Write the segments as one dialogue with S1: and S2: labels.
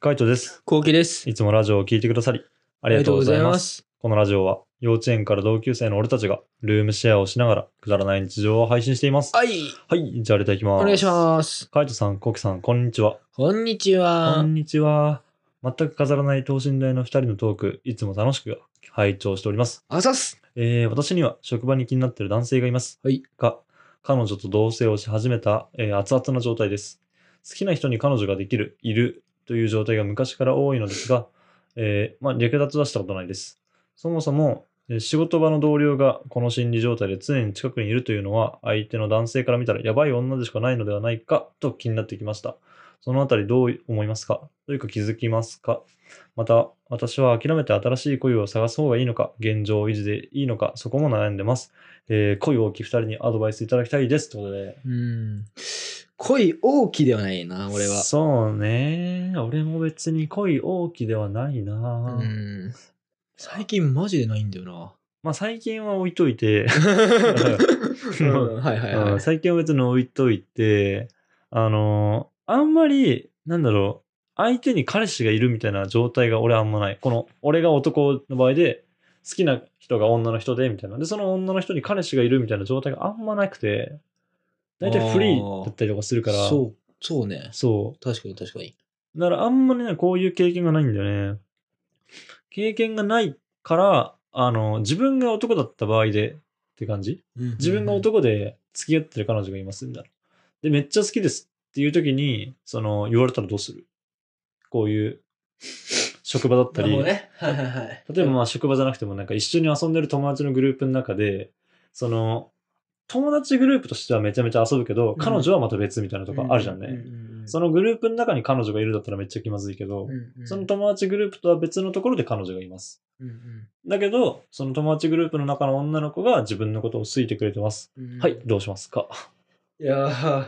S1: カイトです。
S2: こうきです。
S1: いつもラジオを聞いてくださり、あ
S2: あ
S1: りがとうございます。
S2: す。
S1: このラジオは、幼稚園から同級生の俺たちが、ルームシェアをしながら、くだらない日常を配信しています。
S2: はい、
S1: はい、じゃあ、レターいきま
S2: お
S1: す。
S2: 願いします。
S1: す。カイトさん、コキさん、こんにちは。
S2: こんにち
S1: こ
S2: は。
S1: んにちは。全く飾らない等身大の二人のトーク、いつも楽しく拝聴しております。
S2: あざっす。
S1: えー私には職場に気になっている男性がいます。
S2: はい
S1: が、彼女と同棲をし始めた、えー熱々な状態です。好きな人に彼女ができる、いるという状態が昔から多いのですが、えーまあ、略奪はしたことないです。そもそも、えー仕事場の同僚がこの心理状態で常に近くにいるというのは、相手の男性から見たらやばい女でしかないのではないかと気になってきました。そのあたりどう思いますかというか気づきますかまた、私は諦めて新しい恋を探す方がいいのか、現状維持でいいのか、そこも悩んでます。えー恋を大きい二人にアドバイスいただきたいです。ということで。
S2: うん。恋大きではないな、俺は。
S1: そうね。俺も別に恋大きではないな。
S2: うん。最近マジでないんだよ
S1: まあ最近は置いといて、
S2: な。うん はいはいは
S1: う
S2: い
S1: ん。最近は別に置いといて、あのーあんまり、なんだろう、相手に彼氏がいるみたいな状態が俺あんまない。この、俺が男の場合で、好きな人が女の人で、みたいな。で、その女の人に彼氏がいるみたいな状態があんまなくて、大体フリーだったりとかするから、
S2: そう、そうね。
S1: そ
S2: 確かに確かに。
S1: う。だからあんまりね、こういう経験がないんだよね。経験がないから、あの、自分が男だった場合でって感じ自分が男で付き合ってる彼女がいますみたいな。で、めっちゃ好きですっていう時に、その、言われたらどうするこういう、職場だった
S2: なる
S1: り、
S2: ほどね。はいはいはい。
S1: 例えばまあ職場じゃなくてもなんか一緒に遊んでる友達のグループの中で、その、友達グループとしてはめちゃめちゃ遊ぶけど、
S2: ん
S1: 彼女はまた別みたいなとかあるじゃんね。
S2: ううんうん。
S1: そのグループの中に彼女がいるだったらめっちゃ気まずいけど、
S2: うんうん
S1: その友達グループとは別のところで彼女がいます。
S2: うんうん
S1: だけど、その友達グループの中の女の子が自分のことを好いてくれてます。
S2: うん
S1: はい、どうしますか
S2: いやー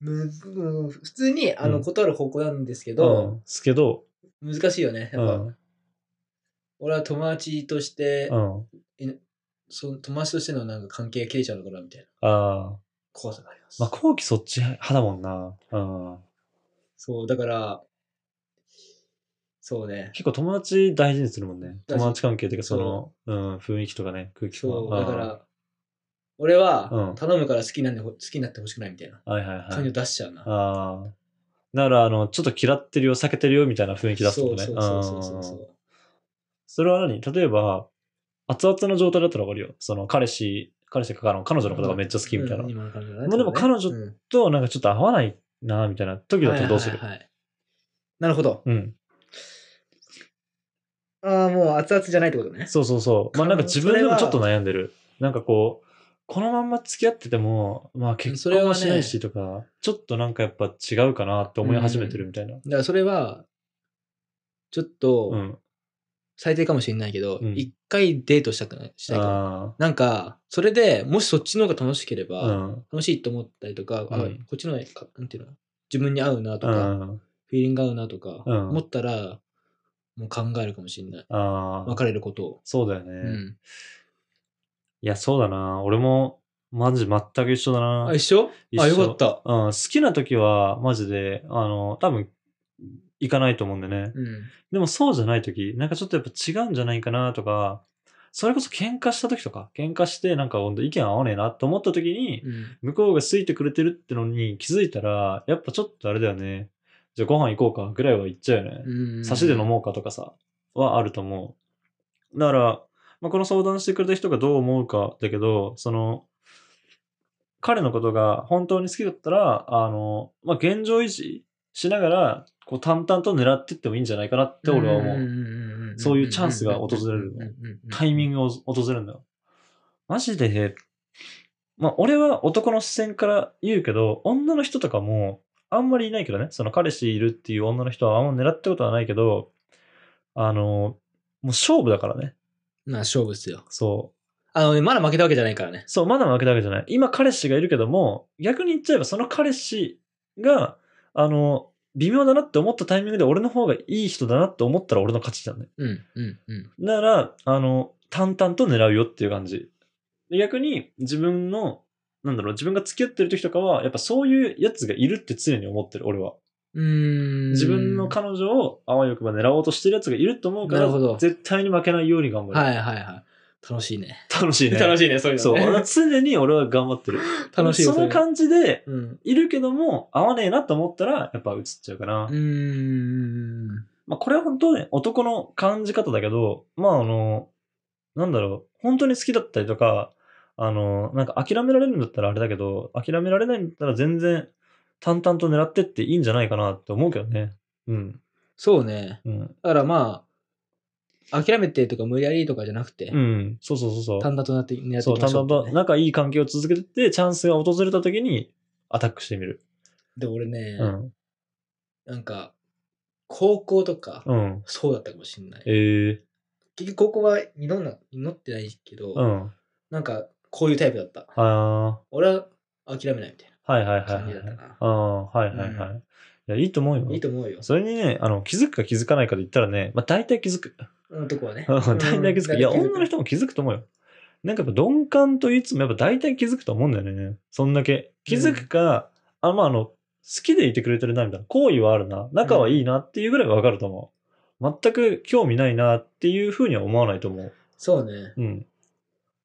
S2: むずうん普通にあ
S1: う
S2: の
S1: ん
S2: 断る方向なんですけ
S1: う
S2: ど、
S1: ん、すけど、
S2: 難しいよね。
S1: う
S2: やっぱ、
S1: ん、
S2: 俺は友達として、
S1: うん、
S2: その友達としてのなんか関係が切れちゃうのかなみたいな
S1: ああ、
S2: 怖さがあります。
S1: まあ、後期そっち派だもんな。うん、
S2: そう、だから、そうね。
S1: 結構友達大事にするもんね。
S2: 大事
S1: 友達関係というか、その、うん、雰囲気とかね、空気と
S2: そう、
S1: か。
S2: だか
S1: うん
S2: ら、俺
S1: うん
S2: は頼むから好きなんでほ、好きになってほしくないみたいな
S1: はいはい
S2: 感
S1: は
S2: 情
S1: い。
S2: 出しちゃうな。
S1: ああ。なら、あの、ちょっと嫌ってるよ、避けてるよ、みたいな雰囲気出す
S2: そ
S1: と
S2: う
S1: ね。
S2: そうそうそうそう
S1: うん
S2: そ
S1: それは何例えば、熱々の状態だったらわかるよ。その、彼氏、彼氏か、あの彼女
S2: う。
S1: のことがめっちゃ好きみたいな。
S2: うん今の感じだね
S1: まあでも彼女
S2: うんはい
S1: と、なんかちょっと合わないな、みたいな時だったらどうする、
S2: はいはいはいなるほど。
S1: うん。
S2: ああ、もう熱々じゃないってことね。
S1: そうそうそう。まあなんか自分で
S2: それ
S1: も
S2: は
S1: ちょっと悩んでる。なんかこう、このまんま付き合ってても、まあ結
S2: それ
S1: 婚
S2: は
S1: は
S2: ね
S1: しないしとか、ちょっとなんかやっぱ違うかなって思い始めてるみたいな。
S2: だからそれは、ちょっ
S1: う
S2: と
S1: ん。
S2: 最低かもしれないけど、
S1: うん
S2: 一、回デートしたくない、したいくない。
S1: あ
S2: なんか、それでもしそっちの方が楽しけれ
S1: あ。
S2: ば、
S1: うん。
S2: 楽しいと思ったりとか、あ
S1: うん
S2: こっちの方がか、なんていうの、自分に合うなと
S1: う
S2: か、
S1: ん。
S2: フィーリング合うなとか、
S1: うん
S2: 思ったら、もう考えるかもしれない。
S1: ああ。
S2: 別れることを。
S1: そうだよね、
S2: うん。
S1: いや、そうだな。俺も、マジ全く一緒だな。
S2: あ、一緒
S1: 一緒
S2: あ、よかった。
S1: うん。好きな時は、マジで、あの、多分、行かないと思うんでね。
S2: うん。
S1: でもそうじゃない時、なんかちょっとやっぱ違うんじゃないかなとか、それこそ喧嘩した時とか、喧嘩してなんかほんと意見合わねえなと思った時に、
S2: うん。
S1: 向こうが好いてくれてるってのに気づいたら、やっぱちょっとあれだよね。じゃあご飯行こうかぐらいは言っちゃうよね。
S2: うん
S1: 差しで飲もうかとかさ、はあると思う。だから、まあ、この相談してくれた人がどう思うかだけど、その、彼のことが本当に好きだったら、あの、まあ、現状維持しながら、こう淡々と狙ってってもいいんじゃないかなって俺は思う。
S2: んんんん
S1: そういうチャンスが訪れるの
S2: うんうんうんうん
S1: タイミングを訪れるんだよ。マジで、まあ、俺は男の視線から言うけど、女の人とかも、あんまりいないけどね、その彼氏いるっていう女の人はあんま狙ったことはないけど、あの、もう勝負だからね。
S2: まあ、勝負っすよ。
S1: そう。
S2: あのね、まだ負けたわけじゃないからね。
S1: そう、まだ負けたわけじゃない。今彼氏がいるけども、逆に言っちゃえばその彼氏が、あの、微妙だなって思ったタイミングで俺の方がいい人だなって思ったら俺の勝ちだね。
S2: うん、うん、うん。
S1: なら、あの、淡々と狙うよっていう感じ。で逆に自分の、なんだろう、自分が付き合ってる時とかは、やっぱそういうやつがいるって常に思ってる、俺は。
S2: うーん。
S1: 自分の彼女をあわよくば狙おうとしてるやつがいると思うか
S2: なるほ
S1: ら
S2: ど
S1: 絶対に負けないように頑張る、
S2: はいはいはい。楽しいね。
S1: 楽しいね
S2: 楽しいね、そういうの
S1: そう
S2: ね
S1: 俺は常に俺は頑張ってる
S2: 楽しいよ
S1: その感じで
S2: じ。うん。
S1: いるけども合わねえなと思ったらやっぱ映っちゃうかな、
S2: うーん。
S1: まあ、これは本当ね、男の感じ方だけど、まあ、あの、なんだろう、本当に好きだったりとか、あの、なんか諦められるんだったらあれだけど、諦められないんだったら全然淡々と狙ってっていいんじゃないかなって思うけどね。うん。
S2: そうね。
S1: うん。
S2: だからまあ、諦めてとか無理やりとかじゃなくて
S1: う、ん。そうそうそうそう。
S2: 単打となって狙っていき
S1: そう、
S2: ま
S1: 淡
S2: しょう
S1: 々
S2: って
S1: と
S2: ね、
S1: 仲いい関係を続けてって、チャンスが訪れた時にアタックしてみる。
S2: で、俺ね
S1: う、ん。
S2: なんか、高校とか、
S1: うん。
S2: そうだったかもしんない。
S1: ええ
S2: 結局高校は祈んな祈ってないけど、
S1: うん。
S2: なんか、こういうタイプだった。
S1: あ
S2: 俺は諦めないみたい
S1: あ、はいはいは
S2: ない
S1: は
S2: 感じだった
S1: い。
S2: な。
S1: ああ、はいはいはい。いや、いいと思うよ。
S2: いいと思うよ。
S1: それにね、あの、気づくか気づかないかで言ったらね、まあ大体気づく。
S2: 男はね。
S1: 大体気づく。いや、女の
S2: 人。
S1: 人も気づくと思うよ。なんかやっぱ鈍感と言いつつもやっぱ大体気づくと思うんだよね。そんだけ。気づくか、あ、まああの、好きでいてくれてるなみたいな。好意はあるな。仲はいいなっていうぐらいわかると思う。全く興味ないなっていうふうには思わないと思う。
S2: そうね。
S1: うん。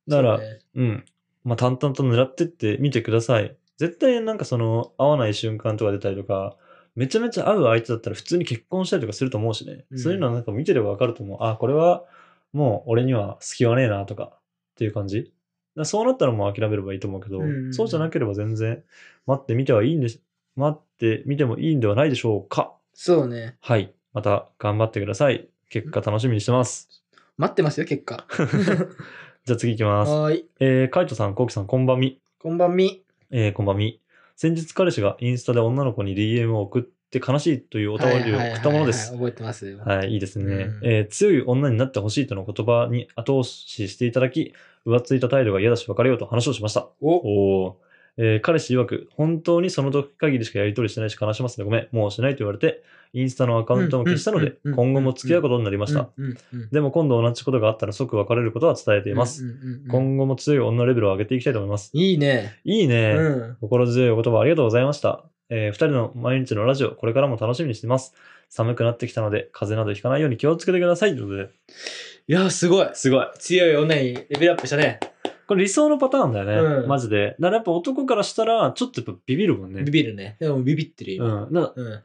S1: だから、
S2: そうね
S1: うん。まあ、淡々と狙ってってみてください。絶対なんかその、合わない瞬間とか出たりとか、めちゃめちゃ合う相手だったら普通に結婚したりとかすると思うしね。
S2: うん
S1: そういうのはなんか見てればわかると思う。あ、これはもう俺には隙はねえなとかっていう感じ。だからそうなったらもう諦めればいいと思うけど、
S2: うんうんうん
S1: そうじゃなければ全然待ってみてはいいんでし、待ってみてもいいんではないでしょうか。
S2: そうね。
S1: はい。また頑張ってください。結果楽しみにしてます。
S2: 待ってますよ、結果。
S1: じゃあ次行きます。
S2: はーい。
S1: えー、カイトさん、コウキさん、こんばんみ。
S2: こんばんみ。
S1: えーこんばんみ。先日彼氏がインスタで女の子に DM を送って悲しいというお便りを送ったものです
S2: は。いはいはいはい覚えてますよ。
S1: はい、いいですね、
S2: うん
S1: えー強い女になってほしいとの言葉に後押ししていただき、浮ついた態度が嫌だし別れようと話をしました。
S2: お
S1: おーえー彼氏曰く、本当にその時限りしかやり取りしてないし悲しませてごめん、もうしないと言われて、インスタのアカウントも消したの
S2: うん
S1: で
S2: うんうんう、ん
S1: 今後も付き合うことになりました。
S2: うんうんうん
S1: でも今度同じことがあったら即別れることは伝えています。
S2: うんうんうんうん
S1: 今後も強い女レベルを上げていきたいと思います。
S2: いいね。
S1: いいね。
S2: うん。
S1: 心強いお言葉ありがとうございました。えー、2人の毎日のラジオ、これからも楽しみにしてます。寒くなってきたので、風邪などひかないように気をつけてください。ということで、
S2: いや、すごい。
S1: すごい。
S2: 強い女にレベルアップしたね。
S1: これ理想のパターンだよね、
S2: うん
S1: マジで。だからやっぱ男からしたら、ちょっとやっぱビビるもんね。
S2: ビビるね。でもビビってる
S1: う
S2: よ。
S1: ん。だから
S2: うん。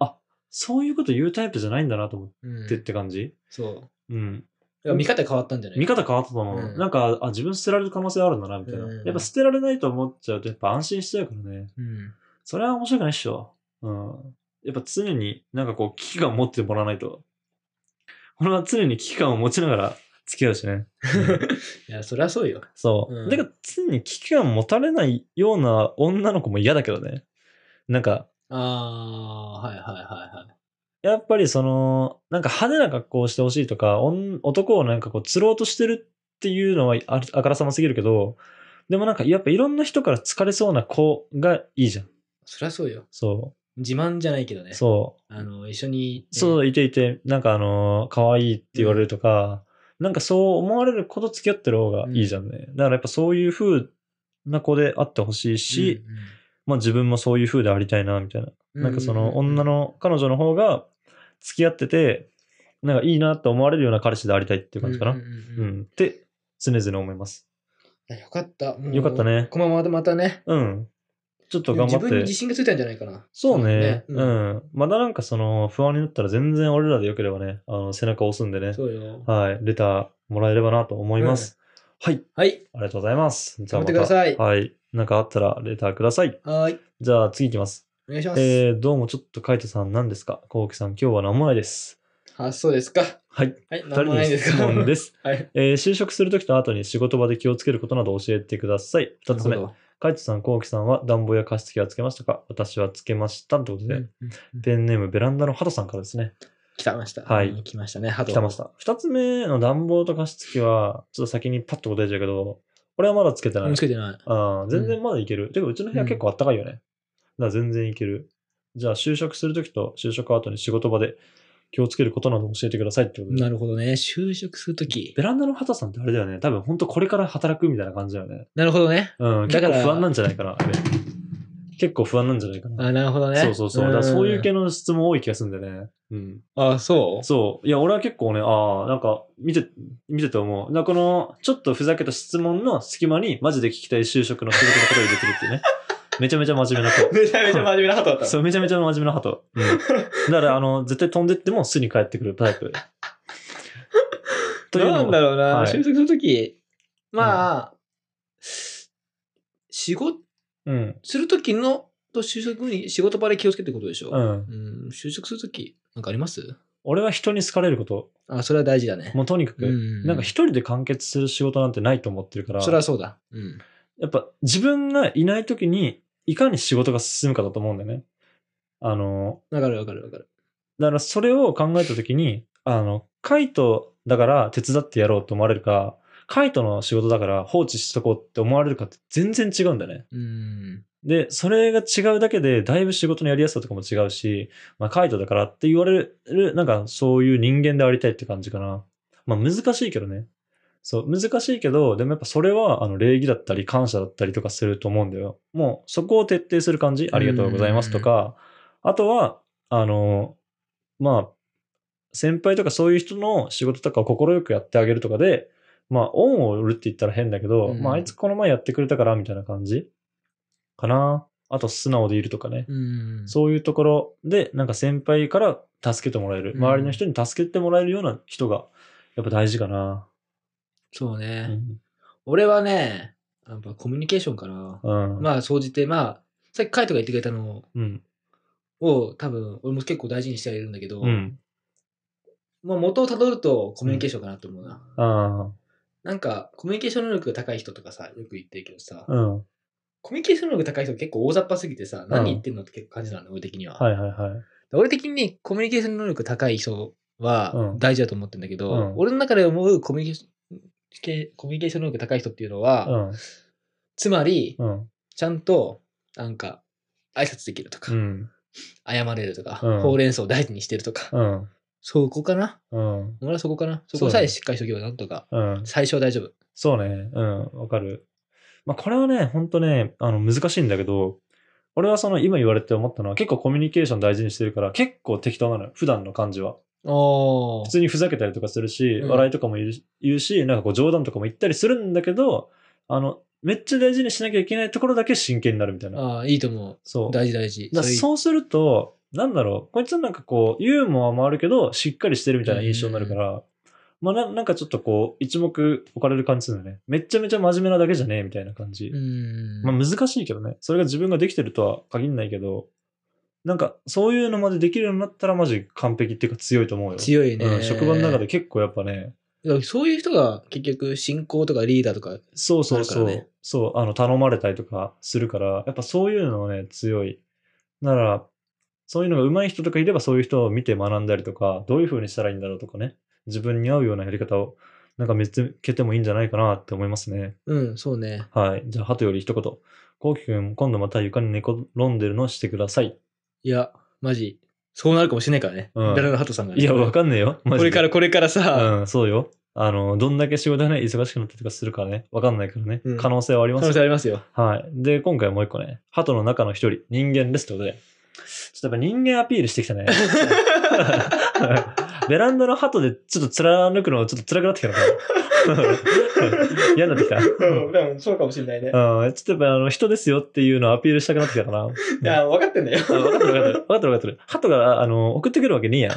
S1: そういうこと言うタイプじゃないんだなと思っ
S2: うん
S1: てって感じ。
S2: そう。
S1: うん。
S2: だから見方変わったんじゃない
S1: 見方変わったと思う。
S2: うん
S1: なんか、あ、自分捨てられる可能性あるんだな、みたいな。
S2: うん
S1: やっぱ捨てられないと思っちゃうと、やっぱ安心しちゃうからね。
S2: うん。
S1: それは面白くないっしょ。うん。やっぱ常になんかこう危機感を持ってもらわないと。俺は常に危機感を持ちながら付き合うしね。
S2: いや、そりゃそうよ。
S1: そう。
S2: うん
S1: だから常に危機感を持たれないような女の子も嫌だけどね。なんか、
S2: ああー、はいはいはいはい。
S1: やっぱりその、なんか派手な格好をしてほしいとか、女男をなんかこう釣ろうとしてるっていうのはああからさますぎるけど、でもなんかやっぱいろんな人から好かれそうな子がいいじゃん。
S2: そりゃそうよ。
S1: そ
S2: 自慢じゃないけど
S1: う。
S2: ね。
S1: そう。
S2: あの、一緒にね。
S1: そう、いていて、なんかあのー、可愛いって言われるとか、なんかそう思われること付き合ってる方がいいじゃんね。だからやっぱそういう風な子であってほしいし、まあ自分もそういう風でありたいな、みたいな。
S2: うんうん、
S1: なんかその女
S2: っ
S1: の、彼女の方が付き合ってて、なんかいいなって思われるような彼氏でありたいってい
S2: て
S1: う感じかな。う
S2: うん
S1: ん、
S2: うんうん
S1: って、常々思います。
S2: いやよかった。もう
S1: よかったね
S2: このまままたね。
S1: うん。ちょっと頑張
S2: 自分に
S1: って
S2: 自。信がついたんじゃないかな。
S1: そうね。
S2: う。
S1: うんん。まだなんかその、不安になったら全然俺らでよければね、あの背中を押すんでね。
S2: そうよ。
S1: はい、レターもらえればなと思います。はい、
S2: はい。
S1: ありがとうございます。じゃあまた、
S2: 頑張ってください
S1: はい、なんかあったらレターください。
S2: はーい。
S1: じゃあ次いきます。
S2: お願いします。
S1: えー、どうもちょっとカイトさん何ですかコウキさん、今日は何もないです。
S2: あ、そうですか。
S1: はい、
S2: はい。
S1: 二人
S2: 何もな
S1: に
S2: いんです
S1: 質
S2: か。
S1: 問です。
S2: はい。
S1: えー、就職するときと後に仕事場で気をつけることなど教えてください。二つ目
S2: なる、ほ
S1: カイトさん、コウキさんは暖房や加湿器はつけましたか私はつけました。ということ
S2: ど。
S1: で、
S2: うんうんうん
S1: ペンネームベランダのハトさんからですね。
S2: 来たました。
S1: はい
S2: うん来ましたね。ハト
S1: 来てまし。た。二つ目の暖房と加湿器は、ちょっと先にパッと答えちゃうけど、俺はまだつけてな
S2: う
S1: い
S2: んつ。けてない。
S1: あー全然まだいける。てか、うちの部屋結構あったかいよね。だから全然いける。じゃあ、就職するときと就職後に仕事場で気をつけることなど教えてくださいってことで。
S2: なるほどね。就職するとき。
S1: ベランダの畑さんってあれだよね。多分、本当これから働くみたいな感じだよね。
S2: なるほどね。
S1: うん、結
S2: だから
S1: 構不安なんじゃないかな。あれ結構不安なんじゃないかな。
S2: あ、なるほどね。
S1: そうそうそう。だからそういう系
S2: の。
S1: の質問多い気がするんだよね。うん。
S2: あ、そう
S1: そう。いや、俺は結構ね、ああ、なんか、見て、見てて思う。なこの、ちょっとふざけた質問の隙間に、マジで聞きたい就職の仕事のことを入れてるって いうね。めちゃめちゃ真面目な 子。
S2: めちゃめちゃ真面目な鳩だった
S1: そ
S2: の。
S1: う、めちゃめちゃ真面目な鳩。うん。だから、あの、絶対飛んでっても巣に帰ってくるタイプ。というのも
S2: なんだろうな、
S1: はい
S2: 就職するとき、まあ、仕事
S1: うん。
S2: するときの、と就職に、仕事場で気をつけてることでしょ。
S1: うん。
S2: うん、就職するとき、なんかあります
S1: 俺は人に好かれること。
S2: あ、それは大事だね。
S1: もうとにか
S2: う
S1: く、
S2: ん
S1: なんか一人で完結する仕事なんてないと思ってるから、
S2: それはそうだ。うん。
S1: やっぱ自分がいない時に、いかに仕事が進むかだと思うんだよね。あの、
S2: わかるわかるわかる。
S1: だからそれを考えた時に、あの、カイトだから手伝ってやろうと思われるか、カイトの仕事だから放置しとこうって思われるかって全然違うんだよね。
S2: うん。
S1: で、それが違うだけで、だいぶ仕事のやりやすさとかも違うし、まあ、カイトだからって言われる、なんかそういう人間でありたいって感じかな。まあ、難しいけどね。そう、難しいけど、でもやっぱそれは、あの、礼儀だったり、感謝だったりとかすると思うんだよ。もう、そこを徹底する感じ、ありがとうございますとか、あとは、あの、まあ、先輩とかそういう人の仕事とかを快くやってあげるとかで、まあ、恩を売るって言ったら変だけど、
S2: うん
S1: まあ、あいつこの前やってくれたから、みたいな感じかな。あと、素直でいるとかね。
S2: うん。
S1: そういうところで、なんか先輩から助けてもらえる。
S2: うん
S1: 周りの人に助けてもらえるような人が、やっぱ大事かな。
S2: そうね
S1: う、ん。
S2: 俺はね、やっぱコミュニケーションかな。
S1: うん。
S2: まあ、総じて、まあ、さっきカイトが言ってくれたの
S1: うん。
S2: を、多分、俺も結構大事にしてはいるんだけど、
S1: うん。
S2: まあ、元をたどるとコミュニケーションかなと思うな。
S1: あ
S2: なんか、コミュニケーション能力が高い人とかさ、よく言ってるけどさ、
S1: あ。うん。は
S2: コミュニケーション能力高い人結構大雑把すぎてさ、何言ってんのって結構感じなの、俺的には。
S1: いはいはい。
S2: 俺的にコミュニケーション能力高い人は
S1: うん
S2: 大事だと思ってるんだけど、
S1: うん
S2: 俺の中で思うコミュニケーションコミュニケーション能力高い人っていうのは、
S1: うん。
S2: つまり、
S1: うん。
S2: ちゃんと、なんか、挨拶できるとか、
S1: うん。
S2: 謝れるとか、
S1: うん
S2: ほうれん草を大事にしてるとか、
S1: うん。
S2: そこかな
S1: うん。
S2: 俺はそこかなそこさえしっかりしとけばなんとか、
S1: うん。
S2: 最初は大丈夫。
S1: そうね。うん。わかる。まあ、これはね、ほんとね、あの、難しいんだけど、俺はその、今言われて思ったのは、結構コミュニケーション大事にしてるから、結構適当なのよ。普段の感じは。
S2: お
S1: 普通にふざけたりとかするし、
S2: うん
S1: 笑いとかも言うし言うし、なんかこう冗談とかも言ったりするんだけど、あの、めっちゃ大事にしなきゃいけないところだけ真剣になるみたいな。
S2: ああ、いいと思
S1: そう。
S2: う。
S1: だか
S2: 大事大事。
S1: ら
S2: そういう
S1: そうすると、なんだろう、こいつなんかこう、ユーモアもあるけど、しっかりしてるみたいな印象になるから、まあな、なんかちょっとこう、一目置かれる感じするよね。めっちゃめちゃ真面目なだけじゃねえみたいな感じ。
S2: うん。
S1: まあ難しいけどね。それが自分ができてるとは限んないけど、なんかそういうのまでできるようになったらマジ完璧っていうか強いと思うよ。
S2: 強いね、
S1: うん、職場の中で結構やっぱね、
S2: だからそういう人が結局進行とかリーダーとか
S1: そうそうそ
S2: な
S1: う、
S2: るからね
S1: そう、あの、頼まれたりとかするから、やっぱそういうのね、強い。なら、そういうのが上手い人とかいれば、そういう人を見て学んだりとか、どういう風にしたらいいんだろうとかね、自分に合うようなやり方を、なんか見つけてもいいんじゃないかなって思いますね。
S2: うんそうね
S1: はい。じゃあ、鳩より一言。こうきくん、今度また床に寝転んでるのしてください。
S2: いやマジそうなるかもしれないからね、
S1: うん
S2: 誰のハトさんがね、
S1: いや、わかんねえよ。マ
S2: こ
S1: ジで
S2: れからこれからさ、
S1: うん、そうよ。あの、どんだけ仕事がね、忙しくなったりとかするかね、わかんないからね、
S2: うん
S1: 可能性はあります
S2: 可
S1: よ
S2: 能性ありますよ
S1: はい。で、今回はもう一個ね、鳩の中の一人、人間ですってことで、ちょっとやっぱ人間アピールしてきたね。ベランダの鳩でちょっと貫くのちょっと辛くなってきたのかな嫌になってきた。うん
S2: うんそうかもしれないね
S1: ちょっとやっぱあの人ですよっていうのをアピールしたくなってきたかな。
S2: いや分かってんだよ
S1: あ分かってる分かってる。分かってる分かってる。鳩が、あの、送ってくるわけねえや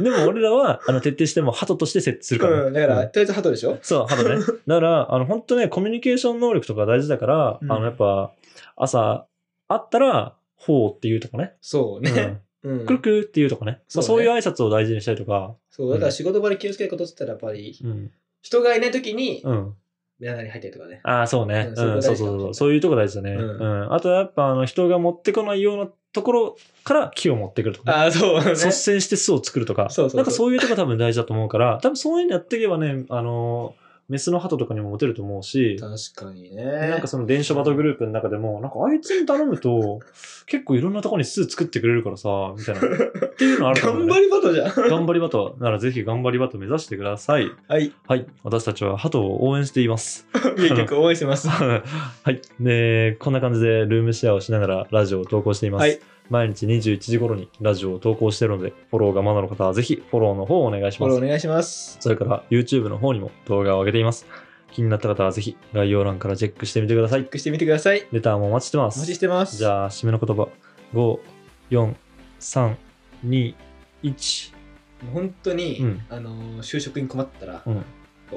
S1: ん。でも俺らは、あの、徹底してもう鳩として設置するから。
S2: うん、だから、
S1: うん
S2: とりあえずハトでしょ
S1: そう、ハト ね。だから、あの、本当ね、コミュニケーション能力とか大事だから、
S2: うん
S1: あの、やっぱ、朝、会ったら、ほうっていうとかね。
S2: そう
S1: う
S2: ね、
S1: ん、
S2: うん
S1: くるくるっていうとかね。まあ、
S2: そ
S1: そうう
S2: ね
S1: いう挨拶を大事にしたりとか。
S2: そうだから仕事場で気をつけることって言ったらやっぱり、
S1: うん。
S2: 人がいない時に
S1: うん。
S2: 目玉に入ったりとかね、
S1: ああ、そうね。
S2: う
S1: うんん、
S2: そうい
S1: そ
S2: うこと大
S1: う
S2: 事かもしれ
S1: そうそ
S2: ない
S1: う。そういうとこ大事だね。
S2: う
S1: うんん。あとはやっぱ、あの、人が持ってこないようなところから木を持ってくるとかね、
S2: ああそうね
S1: 率先して巣を作るとか、
S2: そうそうそう
S1: なんかそういうとこ多分大事だと思うから、多分そういうのやっていけばね、あのーメスの鳩とかにもモテると思うし、
S2: 確かにね。
S1: でなんかその電車バトグループの中でも、なんかあいつに頼むと、結構いろんなところに巣作ってくれるからさ、みたいな。っていうのあるから、
S2: 頑張りバトじゃん。
S1: 頑張りバトならぜひ頑張りバト目指してください。
S2: はい。
S1: はい。私たちは鳩を応援しています。
S2: 結局応援してます。
S1: はい。で、こんな感じでルームシェアをしながらラジオを投稿しています。
S2: はい
S1: 毎日21時頃にラジオを投稿しているので、フォローがまだの方はぜひフォローの方をお願いし
S2: フォ
S1: ま
S2: ロー
S1: す
S2: お。願いします。
S1: それから YouTube の方にも動画を上げています。気になった方はぜひ概要欄からチェックしてみてください
S2: チェッ。クしてみてください。
S1: レターもお待ちしてま
S2: お待
S1: す
S2: ち。してます。
S1: じゃあ、締めの言葉。5、4、3、2、1。
S2: もう本当に、
S1: うん
S2: あのー就職に困ったら、
S1: うん。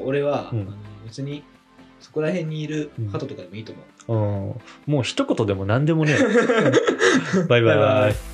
S2: 俺は、
S1: うん
S2: あの別にそこら辺にいる
S1: うん
S2: 鳩とかでもいいと思う。
S1: うんもう一言でも何でもね。バイバイ。
S2: バイバイ